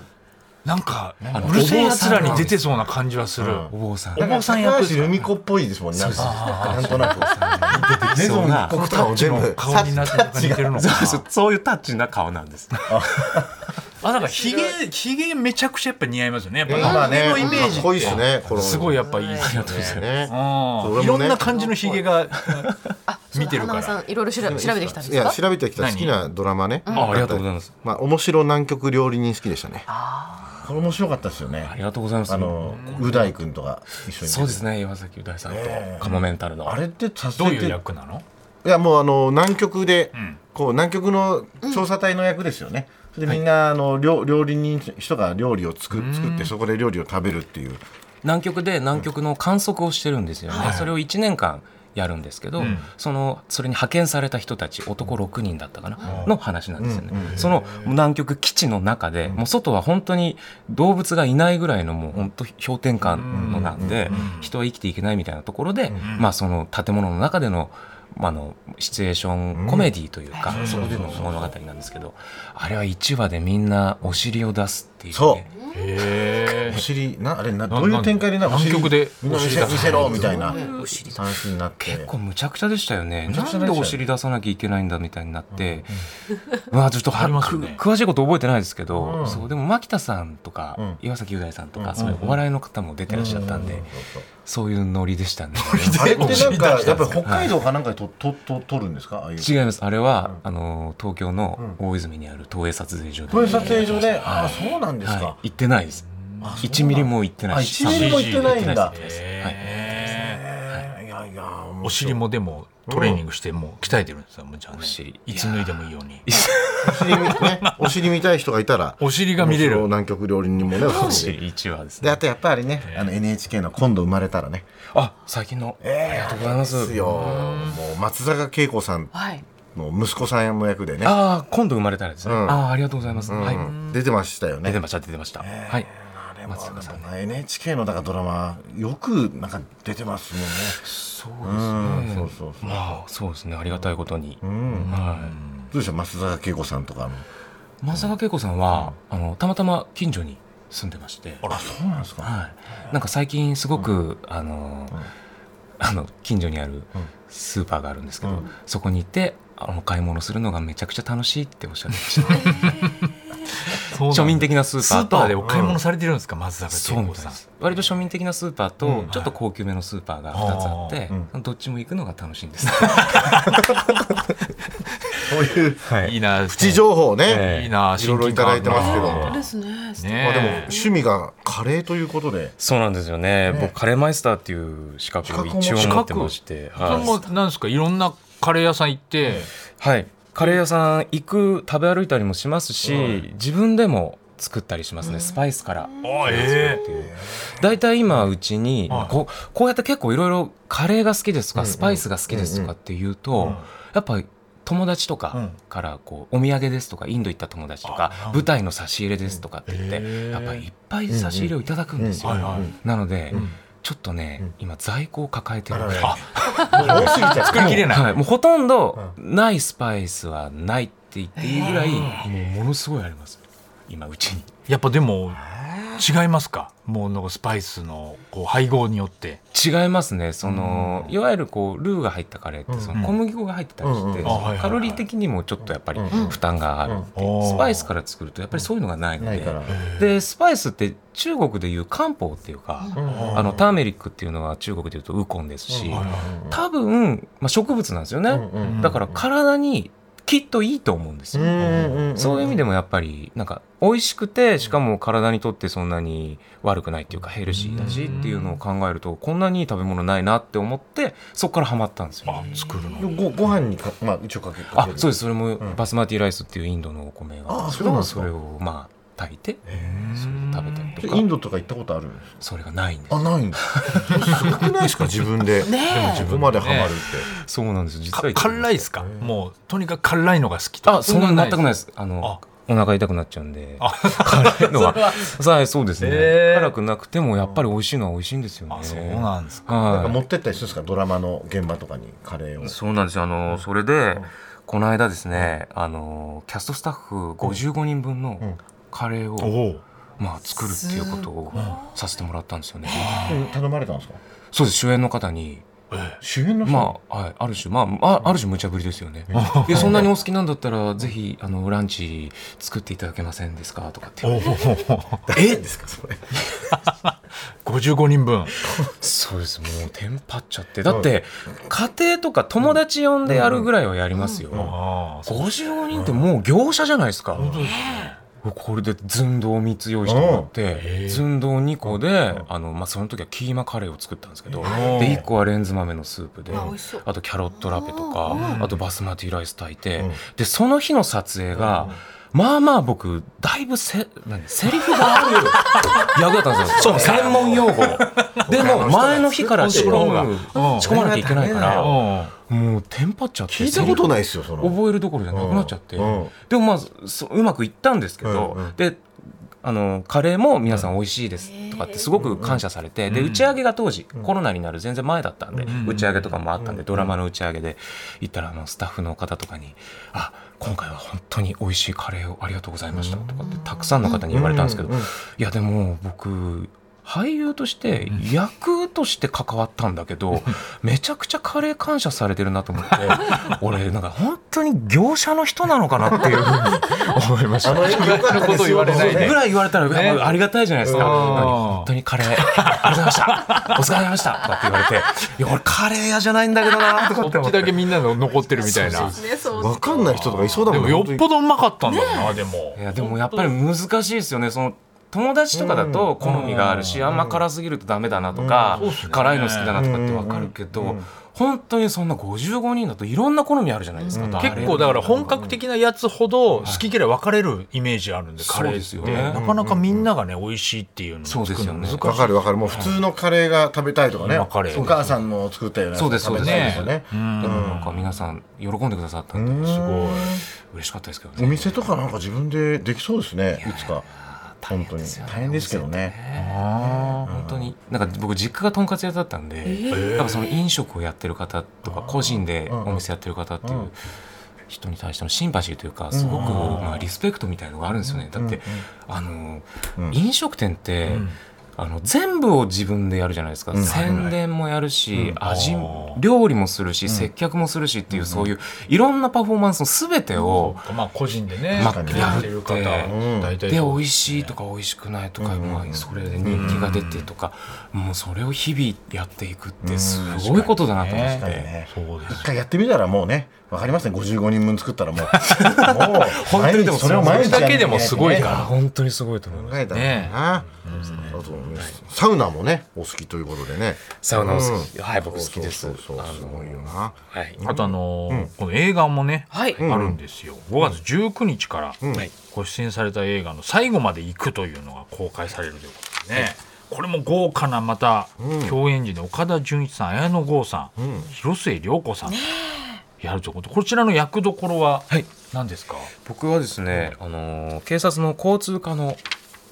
[SPEAKER 1] なんか
[SPEAKER 3] あの
[SPEAKER 1] うるせえやつらに出てそうな感じはする
[SPEAKER 3] お坊さん
[SPEAKER 1] お坊さん役
[SPEAKER 2] 高橋留美子っぽいですもんねなんかなんとなく
[SPEAKER 3] 出てきそうな
[SPEAKER 2] 僕
[SPEAKER 1] タ
[SPEAKER 2] た
[SPEAKER 1] ッ
[SPEAKER 2] ち
[SPEAKER 1] チ
[SPEAKER 2] の
[SPEAKER 1] の顔になってなんか似てるのかな
[SPEAKER 3] [LAUGHS] そうそういうタッチな顔なんです
[SPEAKER 1] あなんかひげひげめちゃくちゃやっぱ似合いますよねやっぱ
[SPEAKER 5] まあね
[SPEAKER 1] のイメージ
[SPEAKER 5] かっこいいですねこの
[SPEAKER 1] すごいやっぱいいですよね
[SPEAKER 5] ね
[SPEAKER 1] うん
[SPEAKER 5] 俺
[SPEAKER 1] い
[SPEAKER 5] も
[SPEAKER 1] ろ
[SPEAKER 5] ね
[SPEAKER 1] んな感じのひげが
[SPEAKER 4] あそうだ
[SPEAKER 1] 見てるから
[SPEAKER 4] 花輪さんいろいろ調べ調べてきたんで
[SPEAKER 5] い
[SPEAKER 4] す
[SPEAKER 5] や
[SPEAKER 4] か
[SPEAKER 5] 調べてきた好きなドラマね
[SPEAKER 3] あありがとうございます
[SPEAKER 5] まあ面白南極料理人好きでしたね
[SPEAKER 2] これ面白かったですよね
[SPEAKER 3] ありがとうございます
[SPEAKER 2] あのう大君とか一緒に
[SPEAKER 3] そうですね岩崎大さんとカモメンタルの
[SPEAKER 2] あれってさせ
[SPEAKER 1] どういう
[SPEAKER 2] て
[SPEAKER 1] 役なの
[SPEAKER 5] いやもうあの南極で、こう南極の調査隊の役ですよね、
[SPEAKER 2] それでみんなあの料料理人人が料理を作作ってそこで料理を食べるっていう
[SPEAKER 3] 南極で南極の観測をしてるんですよね、それを1年間やるんですけど、そのそれに派遣された人たち男6人だったかな、の話なんですよね、その南極基地の中で、もう外は本当に動物がいないぐらいのもう本当氷点下のなんで、人は生きていけないみたいなところで、まあその建物の中でのまあ、あのシチュエーションコメディというか、そこでの物語なんですけどあれは1話でみんなお尻を出すっていう、ね、
[SPEAKER 2] そう
[SPEAKER 1] へ
[SPEAKER 2] お尻なあれな
[SPEAKER 1] な
[SPEAKER 2] どういう展開でなんかお尻
[SPEAKER 1] 南極で
[SPEAKER 2] みんな見せ見せろみたいな三振になって
[SPEAKER 3] 結構むちゃくちゃでしたよね。
[SPEAKER 2] ちゃくち
[SPEAKER 3] な
[SPEAKER 2] ゃでした
[SPEAKER 3] ん
[SPEAKER 2] よ
[SPEAKER 3] でお尻出さなきゃいけないんだみたいになって、まあちょっとは
[SPEAKER 1] ありますよね
[SPEAKER 3] く詳しいこと覚えてないですけど、
[SPEAKER 2] うん
[SPEAKER 3] そうでも牧田さんとか、岩崎雄大さんとか、そういうお笑いの方も出てらっしゃったんで、そういうノリでしたね。
[SPEAKER 2] あれってなんかやっぱり北海道かなんかでととと撮るんですかああいう
[SPEAKER 3] 違います。あれは、あの東京の大泉にある東映撮影所で、
[SPEAKER 2] こういう撮影所でああそうなんです
[SPEAKER 3] は
[SPEAKER 2] か
[SPEAKER 3] い、行ってないです。1ミリも行ってないし、
[SPEAKER 2] あ1ミリも
[SPEAKER 3] はい
[SPEAKER 2] 行ってないんだ
[SPEAKER 3] 行ってないです
[SPEAKER 1] え
[SPEAKER 2] えーいやいや
[SPEAKER 1] お尻もでもトレーニングしてもう鍛えてるんですよもうじゃあね
[SPEAKER 3] 尻
[SPEAKER 1] いつ脱いでもいいように
[SPEAKER 5] お尻見、ね、お尻見たい人がいたら
[SPEAKER 1] お尻が見れ
[SPEAKER 5] 面白
[SPEAKER 1] る
[SPEAKER 5] 南極料理人もねおすすめで
[SPEAKER 3] 1話です
[SPEAKER 2] で
[SPEAKER 3] ね。
[SPEAKER 2] あとやっぱりねあの NHK の今度生まれたらね
[SPEAKER 3] あ、最近の、ありがとうございます。
[SPEAKER 5] すよもう松坂慶子さん
[SPEAKER 4] はい
[SPEAKER 5] の息子さんの役でね、
[SPEAKER 3] ああ、今度生まれたらですね。
[SPEAKER 5] うん
[SPEAKER 3] ああ、ありがとうございます。はい。
[SPEAKER 5] うん出てましたよ
[SPEAKER 3] 出て
[SPEAKER 5] ね
[SPEAKER 3] ました、出てました。はい。松坂さんね。
[SPEAKER 2] NHK のだからドラマよくなんか出てますもんね
[SPEAKER 3] そう
[SPEAKER 2] うん
[SPEAKER 3] です
[SPEAKER 2] そうそう
[SPEAKER 3] ね。
[SPEAKER 2] そう
[SPEAKER 3] まあ、そうですね。ありがたいことに。
[SPEAKER 2] うん
[SPEAKER 3] は
[SPEAKER 2] どうでした松坂慶子さんとかも
[SPEAKER 3] い。松坂慶子さんは、あの、たまたま近所に住んでまして。
[SPEAKER 2] あそうなんですか
[SPEAKER 3] はい。なんか最近すごく、あのー、あの、近所にあるスーパーがあるんですけど、そこに行って、あの、買い物するのがめちゃくちゃ楽しいっておっしゃってま
[SPEAKER 1] [LAUGHS]
[SPEAKER 3] した。庶民的なスー
[SPEAKER 1] ス
[SPEAKER 3] パー
[SPEAKER 1] ー
[SPEAKER 3] と。
[SPEAKER 1] パーでお買い物されてるんですか松坂
[SPEAKER 3] そう
[SPEAKER 1] 慶
[SPEAKER 3] み
[SPEAKER 1] 子
[SPEAKER 3] たい
[SPEAKER 1] さ
[SPEAKER 3] で
[SPEAKER 1] ん
[SPEAKER 3] す割と庶民的なスーパーとちょっと高級めのスーパーが2つあって、どっちも行くのが楽しいんです、
[SPEAKER 5] そういう
[SPEAKER 1] いいな
[SPEAKER 5] プチ情報ね、
[SPEAKER 3] え
[SPEAKER 1] いい
[SPEAKER 3] え
[SPEAKER 1] ない
[SPEAKER 5] ろいろいただいてますけど
[SPEAKER 4] そうですね
[SPEAKER 1] けど
[SPEAKER 5] まあ、でも
[SPEAKER 1] ね
[SPEAKER 5] 趣味がカレーということで
[SPEAKER 3] そうなんですよね僕カレーマイスターっていう資格を一応持ってまして、
[SPEAKER 1] えそれ
[SPEAKER 3] はい
[SPEAKER 1] もなんですかいろんなカレー屋さん行って
[SPEAKER 3] はいカレー屋さん行く食べ歩いたりもしますし、自分でも作ったりしますねスパイスから
[SPEAKER 1] あえ
[SPEAKER 3] っていう大体今うちに、
[SPEAKER 1] はい
[SPEAKER 3] こうこうやって結構いろいろカレーが好きですとか、スパイスが好きですとかっていうと、やっぱり友達とかからこうお土産ですとかインド行った友達とか舞台の差し入れですとかって言って、
[SPEAKER 1] へえ
[SPEAKER 3] やっぱりいっぱい差し入れをいただくんですよ、
[SPEAKER 1] うんうんはいはい
[SPEAKER 3] なので、ちょっとね、今在庫を抱えてるんです
[SPEAKER 1] あ
[SPEAKER 2] 多すぎちゃ
[SPEAKER 1] 作りきれない
[SPEAKER 3] はい、もうほとんどないスパイスはないって言っていいぐらい、もうものすごいあります今うちに
[SPEAKER 1] やっぱでも違いますかもうなんかスパイスのこう配合によって
[SPEAKER 3] 違いますねその、いわゆるこうルーが入ったカレーってその小麦粉が入ってたりし
[SPEAKER 5] う
[SPEAKER 3] て、
[SPEAKER 5] ん
[SPEAKER 1] うんあはいはいはい
[SPEAKER 3] カロリー的にもちょっとやっぱり負担が上がるっていう
[SPEAKER 1] うんうん
[SPEAKER 3] スパイスから作るとやっぱりそういうのがないの
[SPEAKER 2] ない
[SPEAKER 3] で
[SPEAKER 2] から。
[SPEAKER 3] でスパイスって中国でいう漢方っていうか、あのターメリックっていうのは中国でいうとウコンですし、多分、まあ、植物なんですよね、
[SPEAKER 1] ん
[SPEAKER 3] だから体にきっといいと思うんですよ、そういう意味でもやっぱりなんか美味しくてしかも体にとってそんなに悪くないっていうかヘルシーだしっていうのを考えるとこんなにいい食べ物ないなって思ってそこからハマったんですよ、
[SPEAKER 1] あ作るの
[SPEAKER 2] でごご飯にか、まあ、一応かけか
[SPEAKER 3] あ
[SPEAKER 2] ける
[SPEAKER 3] そうですそれもバスマティライスっていうインドのお米が
[SPEAKER 2] あ
[SPEAKER 3] あ
[SPEAKER 2] そうなんですか
[SPEAKER 3] それをまあ炊いてそれを食べたりと
[SPEAKER 2] で
[SPEAKER 3] か
[SPEAKER 2] インドとか行ったことある
[SPEAKER 3] それがないんです
[SPEAKER 2] あないんだすごくないですか自分で
[SPEAKER 4] ね
[SPEAKER 2] ここまでハマるって、
[SPEAKER 3] そうなんです実
[SPEAKER 1] か
[SPEAKER 3] は
[SPEAKER 1] 辛いですかもうとにかく辛いのが好きとか
[SPEAKER 3] あそんな全くない
[SPEAKER 1] い
[SPEAKER 3] ですあの
[SPEAKER 1] あ
[SPEAKER 3] お腹痛くなっちゃうんで辛いのはさあそうですね、
[SPEAKER 1] へー
[SPEAKER 3] 辛くなくてもやっぱり美味しいのは美味しいんですよね
[SPEAKER 1] あそうなんですか
[SPEAKER 2] なんか
[SPEAKER 3] は
[SPEAKER 2] 持ってったりするんですかドラマの現場とかにカレーを
[SPEAKER 3] い、そうなんですよあのそれでこの間ですねあのキャストスタッフ55人分のカレーを、
[SPEAKER 1] おう
[SPEAKER 3] まあ、作るっていうことをさせてもらったんですよね
[SPEAKER 2] うん頼まれたんですか
[SPEAKER 3] そうです主演の方に
[SPEAKER 2] 主演の人、
[SPEAKER 3] まあ、はい、ある種、まあ、あ、ある種無茶ぶりですよね。で、そんなにお好きなんだったら、ぜひ、あの、ランチ作っていただけませんですかとかって言われて。
[SPEAKER 2] えですかそれ
[SPEAKER 1] 55人分
[SPEAKER 3] そうです、もう、テンパっちゃって、だって、家庭とか友達呼んでやるぐらいはやりますよ。
[SPEAKER 1] ああそ
[SPEAKER 3] 55人ってもう業者じゃないですか。これで寸胴3つ用意してもらって寸胴2個であの、まあ、その時はキーマカレーを作ったんですけどで1個はレンズ豆のスープで
[SPEAKER 4] わ美味しそう
[SPEAKER 3] あとキャロットラペとかあとバスマティライス炊いてでその日の撮影がまあまあ僕だいぶせ何セリフがある役だったんですよそう専門用語でも前の日から仕込む
[SPEAKER 1] うん
[SPEAKER 3] 仕込まなきゃいけないから
[SPEAKER 1] うん
[SPEAKER 3] もうテンパっちゃって
[SPEAKER 5] 聞いたことないですよその
[SPEAKER 3] 覚えるどころじゃなくなっちゃって、
[SPEAKER 5] うんうん
[SPEAKER 3] でもまあそううまくいったんですけど、
[SPEAKER 5] うんうん
[SPEAKER 3] であのカレーも皆さん美味しいですとかってすごく感謝されて、で打ち上げが当時、コロナになる全然前だったんで、打ち上げとかもあったんで、ドラマの打ち上げで行ったらあのスタッフの方とかに「あ今回は本当に美味しいカレーをありがとうございました」とかってたくさんの方に言われたんですけど、いやでも僕俳優として役として関わったんだけ
[SPEAKER 1] [LAUGHS]
[SPEAKER 3] どめちゃくちゃカレー感謝されてるなと思って [LAUGHS] 俺なんか本当に業者の人なのかなっていうふうに思いました。
[SPEAKER 5] 演技良かったですよ
[SPEAKER 1] [LAUGHS] そんなこと言われないね
[SPEAKER 3] ぐらい言われたら、やっぱありがたいじゃないですか。
[SPEAKER 1] うん
[SPEAKER 3] なのに本当にカレー、ありがとうございました。 [LAUGHS] お疲れ様でした。とかって言われて、いや、俺カレー屋じゃないんだけどなとかって
[SPEAKER 1] こっ
[SPEAKER 3] 思っ
[SPEAKER 1] ち
[SPEAKER 3] て。
[SPEAKER 1] だけみんなの残ってるみたいな
[SPEAKER 4] ねそう
[SPEAKER 5] わかんない人とかいそうだ
[SPEAKER 1] で
[SPEAKER 5] もん
[SPEAKER 1] も
[SPEAKER 5] ね
[SPEAKER 1] よっぽどうまかったんだろうなでも
[SPEAKER 3] いや、でもやっぱり難しいですよね。その友達とかだと好みがあるし、あんま辛すぎるとダメだなとか、辛いの好きだなとかってわかるけど、本当にそんな55人だといろんな好みあるじゃないですか。
[SPEAKER 1] 結構だから本格的なやつほど好き嫌い分かれるイメージあるんで
[SPEAKER 3] はい
[SPEAKER 1] カレー
[SPEAKER 3] そ
[SPEAKER 1] っ
[SPEAKER 3] う
[SPEAKER 1] て
[SPEAKER 3] ですよね
[SPEAKER 1] なかなかみんながね美味しいっていうのを
[SPEAKER 3] そうですよね
[SPEAKER 1] 作る
[SPEAKER 5] わ
[SPEAKER 1] の難しい
[SPEAKER 5] かるわかるもう普
[SPEAKER 2] 普
[SPEAKER 5] 通
[SPEAKER 2] 通のカレーが食べたいとかね
[SPEAKER 1] 今カレー
[SPEAKER 2] お母さんの作ったようなやつ
[SPEAKER 3] そうです
[SPEAKER 2] 食べたいとか
[SPEAKER 1] そう
[SPEAKER 2] ね
[SPEAKER 3] でもなんか皆さん喜んでくださったんで、すごい嬉しかったですけど
[SPEAKER 2] お
[SPEAKER 3] ね。
[SPEAKER 2] 店とかなんか自分でできそうですねいつか本当に
[SPEAKER 3] よね
[SPEAKER 2] 大変ですけどね
[SPEAKER 3] 本当になんか僕実家がとんかつ屋だったんで、やっぱその飲食をやってる方とか個人でお店やってる方っていう人に対してのシンパシーというかすごくまあリスペクトみたいのがあるんですよねだってあの飲食店ってあの全部を自分でやるじゃないですか、宣伝もやるし、味料理もするし、接客もするしっていう、そういういろんなパフォーマンスの全てを、
[SPEAKER 1] まあ個人でね
[SPEAKER 3] まあ
[SPEAKER 1] やってる方
[SPEAKER 3] やって
[SPEAKER 1] 大体
[SPEAKER 3] で美味しいとか美味しくないとか、まあ、それで人気が出てとか、もうそれを日々やっていくってすごいことだなと思って、
[SPEAKER 2] 確かにね
[SPEAKER 1] そうです
[SPEAKER 2] 一回やってみたらもうねわかりますね55人分作ったら
[SPEAKER 3] [LAUGHS]
[SPEAKER 2] もうもう
[SPEAKER 3] 本当にでも
[SPEAKER 2] それを毎日
[SPEAKER 1] それだけでもすごい
[SPEAKER 3] いや
[SPEAKER 1] か
[SPEAKER 3] 本当にすごいと思い
[SPEAKER 5] 考
[SPEAKER 3] ます
[SPEAKER 5] えたん
[SPEAKER 1] ね
[SPEAKER 5] だなあとねサウナもねお好きということでね
[SPEAKER 3] サウナも好き、はい僕好きです
[SPEAKER 5] そうそうそう
[SPEAKER 3] あの
[SPEAKER 5] すごいよな
[SPEAKER 3] はい
[SPEAKER 1] らあとあのーこの映画もねあ
[SPEAKER 4] はい
[SPEAKER 1] るんですよ5月19日から
[SPEAKER 3] はい
[SPEAKER 1] ご出演された映画の「最後まで行く」というのが公開されるということでねこれも豪華なまた共演陣で岡田准一さん綾野剛さん広末涼子さんやるということこちらの役どころは
[SPEAKER 3] はい
[SPEAKER 1] 何ですか
[SPEAKER 3] 僕はですね、あのー警察の交通課の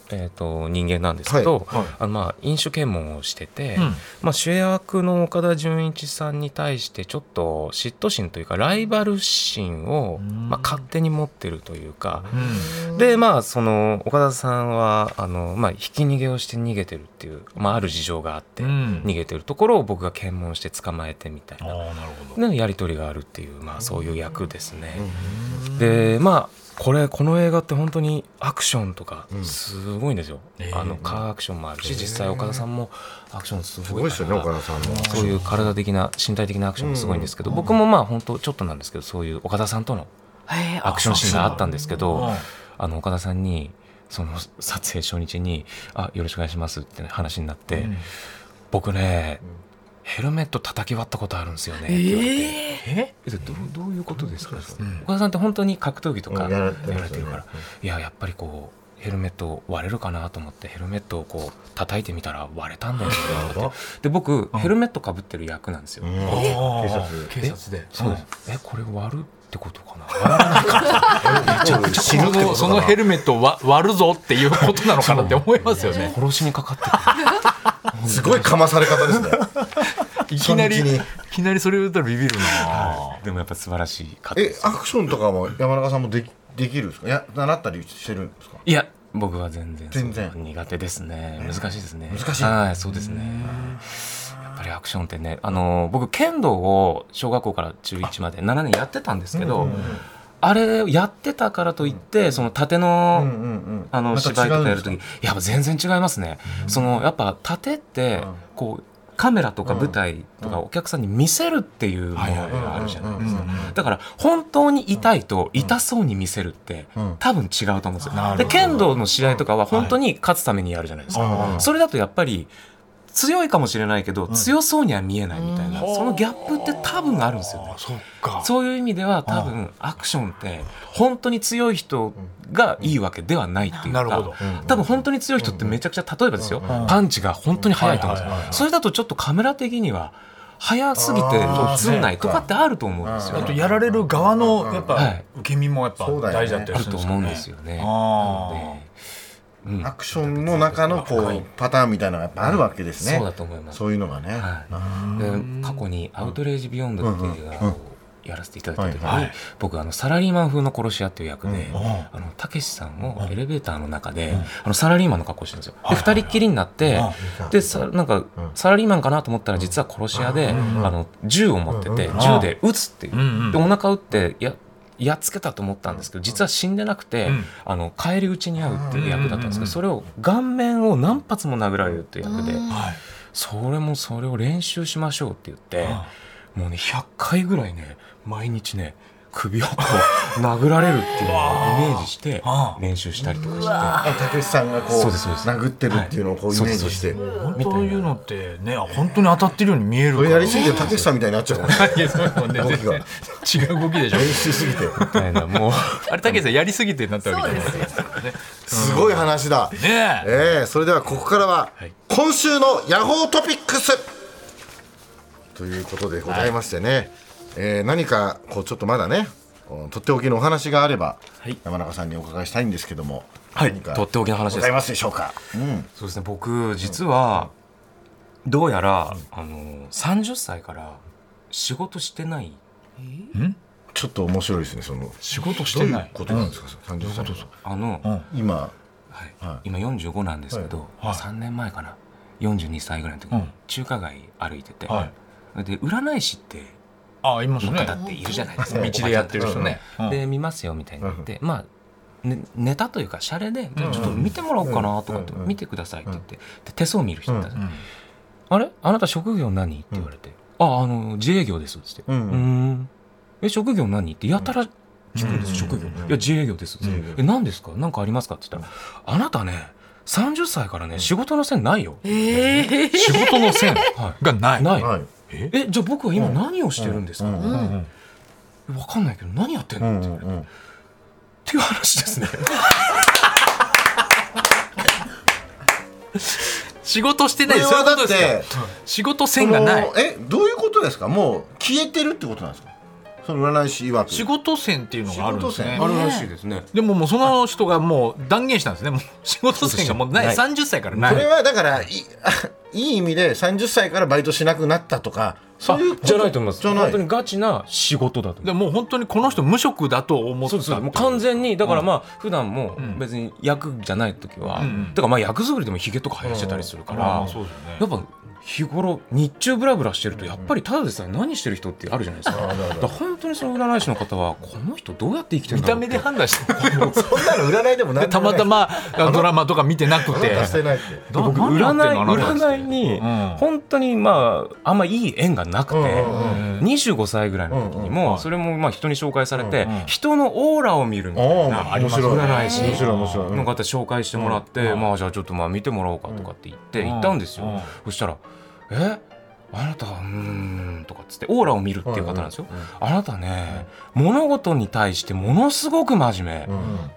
[SPEAKER 3] えー、と人間なんですけど、
[SPEAKER 1] はいはい
[SPEAKER 3] あのまあ、飲酒検問をしてて、
[SPEAKER 1] うん
[SPEAKER 3] まあ、主役の岡田准一さんに対してちょっと嫉妬心というかライバル心を、
[SPEAKER 1] ん
[SPEAKER 3] まあ、勝手に持ってるというか、
[SPEAKER 1] うん
[SPEAKER 3] でまあその岡田さんはあの、まあ、ひき逃げをして逃げてるっていう、まあ、ある事情があって、
[SPEAKER 1] うん
[SPEAKER 3] 逃げてるところを僕が検問して捕まえてみたい
[SPEAKER 1] ああ
[SPEAKER 3] な
[SPEAKER 1] なるほど
[SPEAKER 3] のやり取りがあるっていう、まあ、そういう役ですね。でまあこれこの映画って本当にアクションとかすごいんですよ、
[SPEAKER 1] ええ
[SPEAKER 3] あのカーアクションもあるし、実際岡田さんもアクションす
[SPEAKER 2] す
[SPEAKER 3] ご
[SPEAKER 2] ご
[SPEAKER 3] い
[SPEAKER 2] いですよね岡
[SPEAKER 3] 田
[SPEAKER 2] 田さんの
[SPEAKER 3] そういう体的な身体的なアクションもすごいんですけど、僕もまあ本当ちょっとなんですけどそういう岡田さんとの
[SPEAKER 4] えー
[SPEAKER 3] アクションシーンがあったんですけど、
[SPEAKER 1] うん
[SPEAKER 3] あの岡田さんにその撮影初日に「あよろしくお願いします」って話になって、
[SPEAKER 1] うん
[SPEAKER 3] 僕ねヘルメット叩き割ったことあるんですよねって言われて。
[SPEAKER 4] え
[SPEAKER 1] え
[SPEAKER 3] えどうどういうことですか、岡田さんって本当に格闘技とか
[SPEAKER 2] うん
[SPEAKER 3] や
[SPEAKER 2] や
[SPEAKER 3] ら
[SPEAKER 2] ら
[SPEAKER 3] れ
[SPEAKER 2] れ
[SPEAKER 3] て
[SPEAKER 2] て
[SPEAKER 3] る
[SPEAKER 2] ますよね
[SPEAKER 3] から、いややっぱりこうヘルメット割れるかなと思ってヘルメットをこう叩いてみたら割れたんだよね
[SPEAKER 2] ほど
[SPEAKER 3] で僕ヘルメットかぶってる役なんですよ、
[SPEAKER 2] うん
[SPEAKER 1] あー
[SPEAKER 2] 警察
[SPEAKER 1] 警察で
[SPEAKER 3] そうです、えこれ割るってことかな割らな
[SPEAKER 2] [LAUGHS]
[SPEAKER 3] い
[SPEAKER 2] 死ぬ
[SPEAKER 1] そ
[SPEAKER 2] ってこ
[SPEAKER 1] の
[SPEAKER 2] と
[SPEAKER 1] その
[SPEAKER 2] か
[SPEAKER 1] ヘルメットを割割るぞっていうことなのかなって思いますよね
[SPEAKER 3] 殺しにかかって [LAUGHS]
[SPEAKER 2] なすごいかまされ方ですね
[SPEAKER 1] いきなり
[SPEAKER 2] 初日
[SPEAKER 1] い
[SPEAKER 2] に
[SPEAKER 1] きなりそれ言ったらビビるな
[SPEAKER 3] くる [LAUGHS] でもやっぱ素晴らしい方で
[SPEAKER 2] え
[SPEAKER 3] す
[SPEAKER 2] アクションとかも山中さんもできできるんですかいや習ったりしてるんですか
[SPEAKER 3] いや僕は全然
[SPEAKER 2] 全然
[SPEAKER 3] そう苦手ですね難しいですね
[SPEAKER 2] 難しい
[SPEAKER 3] はいそうですねやっぱりアクションってねあの僕剣道を小学校から中1まで7年やってたんですけど、あれをやってたからといってその縦の、
[SPEAKER 2] うんうん
[SPEAKER 3] あの
[SPEAKER 2] また違
[SPEAKER 3] 芝居とかや
[SPEAKER 2] うんで
[SPEAKER 3] る
[SPEAKER 2] すか
[SPEAKER 3] 時やっぱ全然違いますね、そのやっぱ縦って
[SPEAKER 2] うん
[SPEAKER 3] こうカメラとか
[SPEAKER 2] うん
[SPEAKER 3] 舞台とかお客さんに見せるっていうものがあるじゃないですか
[SPEAKER 2] うんうんうん
[SPEAKER 3] だから本当に痛いと痛そうに見せるって
[SPEAKER 2] うん
[SPEAKER 3] 多分違うと思うんですよ
[SPEAKER 1] なるほど
[SPEAKER 3] で剣道の試合とかは本当に勝つためにやるじゃないです
[SPEAKER 2] うん
[SPEAKER 3] か
[SPEAKER 2] うん
[SPEAKER 3] それだとやっぱり強いかもしれないけど強そうには見えないみたいな
[SPEAKER 1] うん
[SPEAKER 3] そのギャップって多分あるんですよね
[SPEAKER 1] あそっか
[SPEAKER 3] そういう意味では多分アクションって本当に強い人がいいわけではないっていう
[SPEAKER 1] なるほ
[SPEAKER 3] か
[SPEAKER 1] ど
[SPEAKER 3] 多分本当に強い人ってめちゃくちゃ例えばですよ
[SPEAKER 1] ん
[SPEAKER 3] パンチが本当に速いと思うん
[SPEAKER 1] はいはい
[SPEAKER 3] で
[SPEAKER 1] はいは
[SPEAKER 3] すよ
[SPEAKER 1] い
[SPEAKER 3] それだとちょっとカメラ的には速すぎて映んないとかってあると思うんですよ
[SPEAKER 1] あ
[SPEAKER 2] あ
[SPEAKER 1] と
[SPEAKER 2] と
[SPEAKER 1] や
[SPEAKER 2] や
[SPEAKER 1] ら
[SPEAKER 2] ら
[SPEAKER 1] れ
[SPEAKER 2] れ
[SPEAKER 1] る
[SPEAKER 2] る
[SPEAKER 1] 側
[SPEAKER 2] 側
[SPEAKER 1] の
[SPEAKER 2] の
[SPEAKER 1] や
[SPEAKER 2] や
[SPEAKER 1] っ
[SPEAKER 2] っ
[SPEAKER 1] ぱ、
[SPEAKER 2] ぱ
[SPEAKER 1] 受け身もやっぱ
[SPEAKER 2] そうだよね
[SPEAKER 1] 大事だったり
[SPEAKER 3] ある
[SPEAKER 1] するん
[SPEAKER 3] と
[SPEAKER 1] ですかね
[SPEAKER 3] 思うんですよね
[SPEAKER 1] あー
[SPEAKER 3] なのでうん
[SPEAKER 2] アクションの中のこうパターンみたいなのがやっぱあるわけですね
[SPEAKER 3] そうだと思います
[SPEAKER 2] そういうのがね、
[SPEAKER 3] はい
[SPEAKER 2] あ
[SPEAKER 3] で過去に「アウトレイジ・ビヨンド」っていう映画をやらせていただいた時に、
[SPEAKER 1] はいはい
[SPEAKER 3] 僕あのサラリーマン風の殺し屋っていう役で
[SPEAKER 2] うん
[SPEAKER 3] あのたけしさんをエレベーターの中で、あのサラリーマンの格好してるんですよ。で二人っきりになって、でさなんかサラリーマンかなと思ったら実は殺し屋で、あの銃を持ってて、
[SPEAKER 1] ん
[SPEAKER 3] 銃で撃つっていう、
[SPEAKER 1] うんうん
[SPEAKER 3] でお腹撃ってややっつけたと思ったんですけど実は死んでなくて、
[SPEAKER 1] うん
[SPEAKER 3] あの帰り討ちに遭うっていう役だったんですけど、
[SPEAKER 1] うんうんうん
[SPEAKER 3] それを顔面を何発も殴られるっていう役で。
[SPEAKER 4] うん
[SPEAKER 1] はい
[SPEAKER 3] それもそれを練習しましょうって言って
[SPEAKER 1] あ
[SPEAKER 3] もうね100回ぐらいね毎日ね首をこう殴られるっていうのをイメージして
[SPEAKER 1] あ
[SPEAKER 3] 練習したりとか
[SPEAKER 2] たけしさんがこう
[SPEAKER 3] そうですそうです
[SPEAKER 2] 殴ってるっていうのをこう
[SPEAKER 3] はい
[SPEAKER 2] イメージして、
[SPEAKER 1] 本当いうのってねあ本当に当たってるように見えるか
[SPEAKER 2] そ
[SPEAKER 1] ら
[SPEAKER 2] れやりすぎてたけしさんみたいになっちゃうかもしれない
[SPEAKER 1] いやそういうのね
[SPEAKER 2] 動きが
[SPEAKER 1] 全然違う動きでしょ
[SPEAKER 2] 練習しすぎて
[SPEAKER 3] してみたいな
[SPEAKER 1] [LAUGHS]
[SPEAKER 3] もう
[SPEAKER 1] あれ竹内さんやりすぎてなったわ
[SPEAKER 4] そ
[SPEAKER 1] け
[SPEAKER 4] う
[SPEAKER 1] じゃ
[SPEAKER 4] で
[SPEAKER 1] ない
[SPEAKER 4] すね
[SPEAKER 2] すごい話だ、
[SPEAKER 1] ねえ
[SPEAKER 2] えー、それではここからは
[SPEAKER 1] はい
[SPEAKER 2] 今週のヤホートピックスということでございましてね、えー何かこうちょっとまだねこのとっておきのお話があれば、
[SPEAKER 1] はい
[SPEAKER 2] 山中さんにお伺いしたいんですけども、
[SPEAKER 3] はい
[SPEAKER 2] 何か
[SPEAKER 3] とっておきの話です
[SPEAKER 2] ございますでしょうか、うん、
[SPEAKER 3] そうですね僕実はどうやらあの30歳から仕事してない
[SPEAKER 2] ちょっと面白いですねその
[SPEAKER 1] 仕事してない
[SPEAKER 2] どういうことなんですか、三十歳の
[SPEAKER 3] あの、
[SPEAKER 1] うん
[SPEAKER 2] 今
[SPEAKER 3] はい
[SPEAKER 2] は
[SPEAKER 3] 今45なんですけど、
[SPEAKER 1] はい
[SPEAKER 3] 3年前かな42歳ぐらいの時
[SPEAKER 1] う
[SPEAKER 3] に
[SPEAKER 1] ん
[SPEAKER 3] 中華街歩いてて、
[SPEAKER 1] は
[SPEAKER 3] で占い師って
[SPEAKER 1] あいます
[SPEAKER 3] の
[SPEAKER 1] ね
[SPEAKER 3] 方っているじゃないですか
[SPEAKER 1] 道でやってる人ねうん
[SPEAKER 3] で見ますよみたいになって、まあ、ねネタというかシャレでじゃあちょっと見てもらおうかなとかって
[SPEAKER 2] うんうん
[SPEAKER 3] 見てくださいって言ってで手相見る人だったんです
[SPEAKER 1] うん
[SPEAKER 3] あれあなた職業何?」って言われて「ああの自営業です」っつって「う
[SPEAKER 2] う
[SPEAKER 3] ー
[SPEAKER 2] ん
[SPEAKER 3] んえ職業何?」ってやたら聞くんです
[SPEAKER 2] うん
[SPEAKER 3] 職業「い
[SPEAKER 2] うん
[SPEAKER 3] や自営業です」っつって「え何ですか何かありますか?」って言ったら「あなたね30歳からね仕事の線ないよ」
[SPEAKER 4] えー
[SPEAKER 1] 仕事の線
[SPEAKER 3] は
[SPEAKER 1] がない
[SPEAKER 3] い、ない
[SPEAKER 2] い、はい
[SPEAKER 1] え
[SPEAKER 3] えじゃあ僕は今何をしてるんですか、
[SPEAKER 2] うん
[SPEAKER 1] う
[SPEAKER 2] うん
[SPEAKER 1] うん
[SPEAKER 3] わかんないけど何やって
[SPEAKER 2] う
[SPEAKER 3] んの、
[SPEAKER 2] ん
[SPEAKER 3] っ
[SPEAKER 2] うんうん
[SPEAKER 3] ていう話ですね
[SPEAKER 1] 仕事して
[SPEAKER 2] こ
[SPEAKER 1] ない
[SPEAKER 2] れ
[SPEAKER 1] そうい
[SPEAKER 2] は
[SPEAKER 1] うこ
[SPEAKER 2] だ
[SPEAKER 1] と
[SPEAKER 2] っ
[SPEAKER 1] ですか
[SPEAKER 2] て
[SPEAKER 1] 仕事
[SPEAKER 2] そ
[SPEAKER 1] 線がない
[SPEAKER 2] のえどういうことですかもう消えてるってことなんですかその占い師曰く
[SPEAKER 1] 仕事線っていうのがあるんですね
[SPEAKER 2] 仕
[SPEAKER 3] あるらしいですね。
[SPEAKER 1] でももうその人がもう断言したんですねもう仕事線がもうない
[SPEAKER 2] ない
[SPEAKER 1] 30歳からな
[SPEAKER 2] これ
[SPEAKER 1] い
[SPEAKER 2] はだからい [LAUGHS] いい意味で30歳からバイトしなくなったとかそういうこと
[SPEAKER 3] じゃないと思います。
[SPEAKER 2] じゃない
[SPEAKER 3] 本当にガチな仕事だと思います
[SPEAKER 1] でもう本当にこの人無職だと思っ
[SPEAKER 3] そうです
[SPEAKER 1] た
[SPEAKER 3] もう完全にだからまあ普段も別に役じゃない時は、だからまあ役作りでもひげとか生やしてたりするから、
[SPEAKER 1] そうですよね
[SPEAKER 3] やっぱ日頃日中ブラブラしてるとやっぱりただでさえ何してる人ってあるじゃないですかだから本当にその占い師の方はこの人どうやって生きてるん
[SPEAKER 1] 見
[SPEAKER 3] だ
[SPEAKER 1] た
[SPEAKER 3] ろう
[SPEAKER 1] 目
[SPEAKER 3] って
[SPEAKER 1] で判断して [LAUGHS]
[SPEAKER 2] そんなの占いでも
[SPEAKER 1] で
[SPEAKER 2] 何で
[SPEAKER 1] た
[SPEAKER 2] も
[SPEAKER 1] ま
[SPEAKER 2] ない
[SPEAKER 1] たまドラマとか見てなくて
[SPEAKER 2] 出してないって
[SPEAKER 1] ど
[SPEAKER 3] 僕
[SPEAKER 1] 何やってんの
[SPEAKER 3] 占い
[SPEAKER 1] あなた
[SPEAKER 3] 占いに
[SPEAKER 1] ん
[SPEAKER 3] 本当にまああんまいい縁がなくて、25歳ぐらいの時にもそれもまあ人に紹介されて人のオーラを見るみたいな
[SPEAKER 2] ああ面白い
[SPEAKER 3] 占い師
[SPEAKER 2] 面白い面白いうん
[SPEAKER 3] の方紹介してもらって、まあじゃあちょっとまあ見てもらおうかとかって言って、
[SPEAKER 1] うん
[SPEAKER 3] 行ったんですよ、
[SPEAKER 1] うん
[SPEAKER 3] そしたら「えあなたうーん」とかっつってオーラを見るっていう方なんですよ、あなたね、物事に対してものすごく真面目、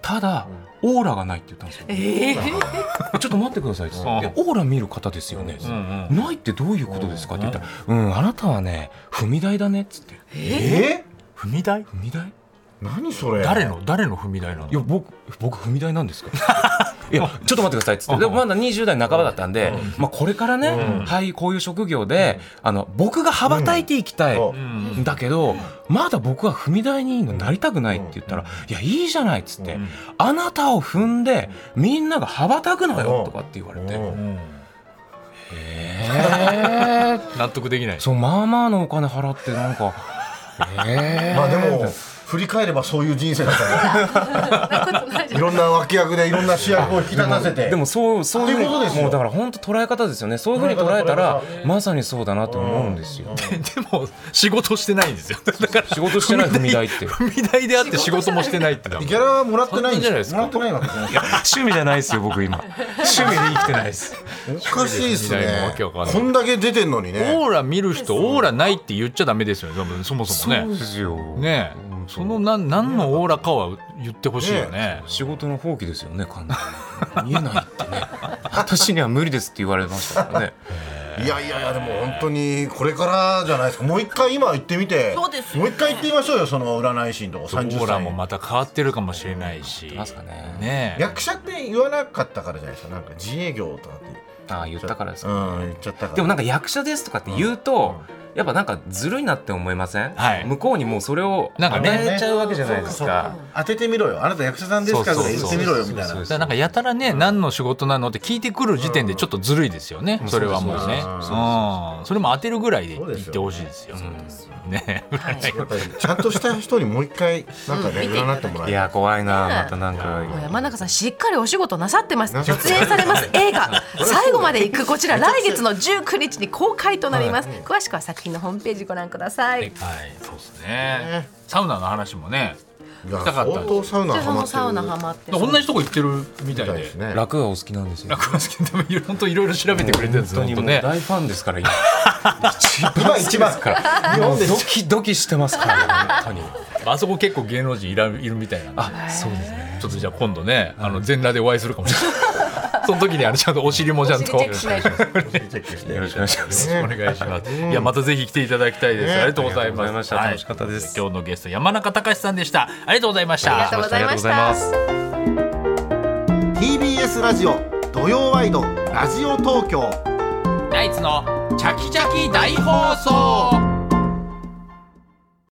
[SPEAKER 3] ただオーラがないって言ったんですよ、
[SPEAKER 4] ええ
[SPEAKER 3] ちょっと待ってくださいって言って、
[SPEAKER 1] うん
[SPEAKER 3] えオーラ見る方ですよね、
[SPEAKER 1] うんうん
[SPEAKER 3] ないってどういうことですかって言ったら「うん、あなたはね踏み台だね」っつって
[SPEAKER 2] え
[SPEAKER 1] 踏み台
[SPEAKER 3] 踏み台
[SPEAKER 2] 何それ
[SPEAKER 1] 誰の誰の踏み台なの
[SPEAKER 3] いや僕僕踏み台なんですかいやちょっと待ってくださいっつってでもまだ20代半ばだったんで、まあ、これからね、はいこういう職業で、あの僕が羽ばたいていきたい、
[SPEAKER 2] うん
[SPEAKER 1] うん
[SPEAKER 3] だけど、まだ僕は踏み台になりたくないって言ったら、いやいいじゃないっつって、あなたを踏んでみんなが羽ばたくの
[SPEAKER 2] う
[SPEAKER 3] よ
[SPEAKER 2] ん
[SPEAKER 3] とかって言われて、
[SPEAKER 2] うん
[SPEAKER 3] えー、
[SPEAKER 1] 納得できない
[SPEAKER 3] そうまあまあのお金払ってなんかえー、
[SPEAKER 2] まあでも振り返ればそういう人生だったね
[SPEAKER 4] そんなことないじゃ
[SPEAKER 2] いろんな脇役でいろんな主役を引き立たせて
[SPEAKER 3] でもそうそういうふうに
[SPEAKER 2] そういうことですよ
[SPEAKER 3] もうだから本当捉え方ですよねそういうふうに捉えたら
[SPEAKER 2] 捉
[SPEAKER 3] まさにそうだなと思うんですよ
[SPEAKER 1] でも仕事してないんですよ [LAUGHS] だから
[SPEAKER 3] 仕事してない踏み台って
[SPEAKER 1] 踏み台であって仕事もしてないってだもん
[SPEAKER 2] ギャラはもらってないん
[SPEAKER 1] そんな
[SPEAKER 2] ですよもらってないわけじゃない
[SPEAKER 3] 趣味じゃないですよ僕今趣味で生きてないです
[SPEAKER 2] おかしいっす
[SPEAKER 1] みたいなわ
[SPEAKER 2] ね
[SPEAKER 1] けわかんない
[SPEAKER 2] こんだけ出てんのにね
[SPEAKER 1] オーラ見る人オーラないって言っちゃダメですよね多分そもそもね
[SPEAKER 3] すよ
[SPEAKER 1] ねえその何何のオーラかは言ってほしいよね
[SPEAKER 3] 仕事の放棄ですよね完全に見えないってね私には無理ですって言われましたからね
[SPEAKER 2] いやいやいやでも本当にこれからじゃないですかもう一回今行ってみて
[SPEAKER 4] そうですよ
[SPEAKER 2] もう
[SPEAKER 4] ね
[SPEAKER 2] 一回行ってみましょうよその占い師のとこ
[SPEAKER 1] オ
[SPEAKER 2] 30
[SPEAKER 1] ーラも
[SPEAKER 2] 歳
[SPEAKER 1] また変わってるかもしれないし
[SPEAKER 3] ますかね
[SPEAKER 1] ねえ
[SPEAKER 2] 役者って言わなかったからじゃないですかなんか自営業とかって
[SPEAKER 3] ああ言ったからです
[SPEAKER 2] う
[SPEAKER 3] か
[SPEAKER 2] ん言っちゃったから
[SPEAKER 3] でもなんか役者ですとかって言うとやっぱなんかずるいなって思いません、
[SPEAKER 1] はい
[SPEAKER 3] 向こうにもうそれを
[SPEAKER 1] なんかね
[SPEAKER 3] 与えちゃうわけじゃないですか
[SPEAKER 2] 当ててみろよあなた役者さんですか
[SPEAKER 1] そ
[SPEAKER 2] と
[SPEAKER 1] う
[SPEAKER 2] か
[SPEAKER 1] そうそう
[SPEAKER 2] 言ってみろよみたいな
[SPEAKER 3] そう
[SPEAKER 1] だからなんかやたらね、何の仕事なのって聞いてくる時点でちょっとずるいですよね、それはもうね
[SPEAKER 2] そうです
[SPEAKER 1] うんそれも当てるぐらいで言ってほしいですよね
[SPEAKER 2] やっぱりちゃんとした人にもう一回なんかね占ってもら
[SPEAKER 3] い
[SPEAKER 2] える
[SPEAKER 3] や怖いなまたなんか
[SPEAKER 4] んもう山中さんしっかりお仕事なさってます
[SPEAKER 2] な
[SPEAKER 4] 出
[SPEAKER 2] さ
[SPEAKER 4] 演
[SPEAKER 2] って
[SPEAKER 4] され [LAUGHS] ます映画「最後まで行く」こちら来月の19日に公開となります詳しくは作品のホームページご覧ください
[SPEAKER 1] はいそうですねサウナの話もね
[SPEAKER 2] いや
[SPEAKER 1] たかった
[SPEAKER 2] 相当サウナ
[SPEAKER 4] じゃあ
[SPEAKER 2] ハマ
[SPEAKER 4] その
[SPEAKER 2] って
[SPEAKER 4] サウナハ
[SPEAKER 2] る
[SPEAKER 4] マって
[SPEAKER 1] 同じとこ行ってるみたい
[SPEAKER 2] みたい
[SPEAKER 1] で
[SPEAKER 2] ですね
[SPEAKER 3] 楽がお好きなんですよ
[SPEAKER 1] 楽ですけどでも本当いろいろ調べてくれてるんです
[SPEAKER 3] 本当にもう
[SPEAKER 1] ね
[SPEAKER 3] 大ファンですから今一番一番 [LAUGHS] からもうドキドキしてますから本当に
[SPEAKER 1] あそこ結構芸能人いらいるみたいなんで
[SPEAKER 3] あそうですね
[SPEAKER 1] ちょっとじゃあ今度ねあの全裸でお会いするかもしれないその時にあのちゃんとお尻もちゃんと
[SPEAKER 4] お尻チェックし [LAUGHS] ないと
[SPEAKER 3] よろしくお願いします
[SPEAKER 1] お願いします。いやまたぜひ来ていただきたいです。ありがとうございます。
[SPEAKER 3] ありがとうございました
[SPEAKER 1] は
[SPEAKER 3] 楽しかったです
[SPEAKER 1] 今日のゲスト山中隆さんでした。ありがとうございました。
[SPEAKER 4] ありがとうございました。
[SPEAKER 6] TBS ラジオ土曜ワイドラジオ東京
[SPEAKER 1] ナイツのチャキチャキ大放送。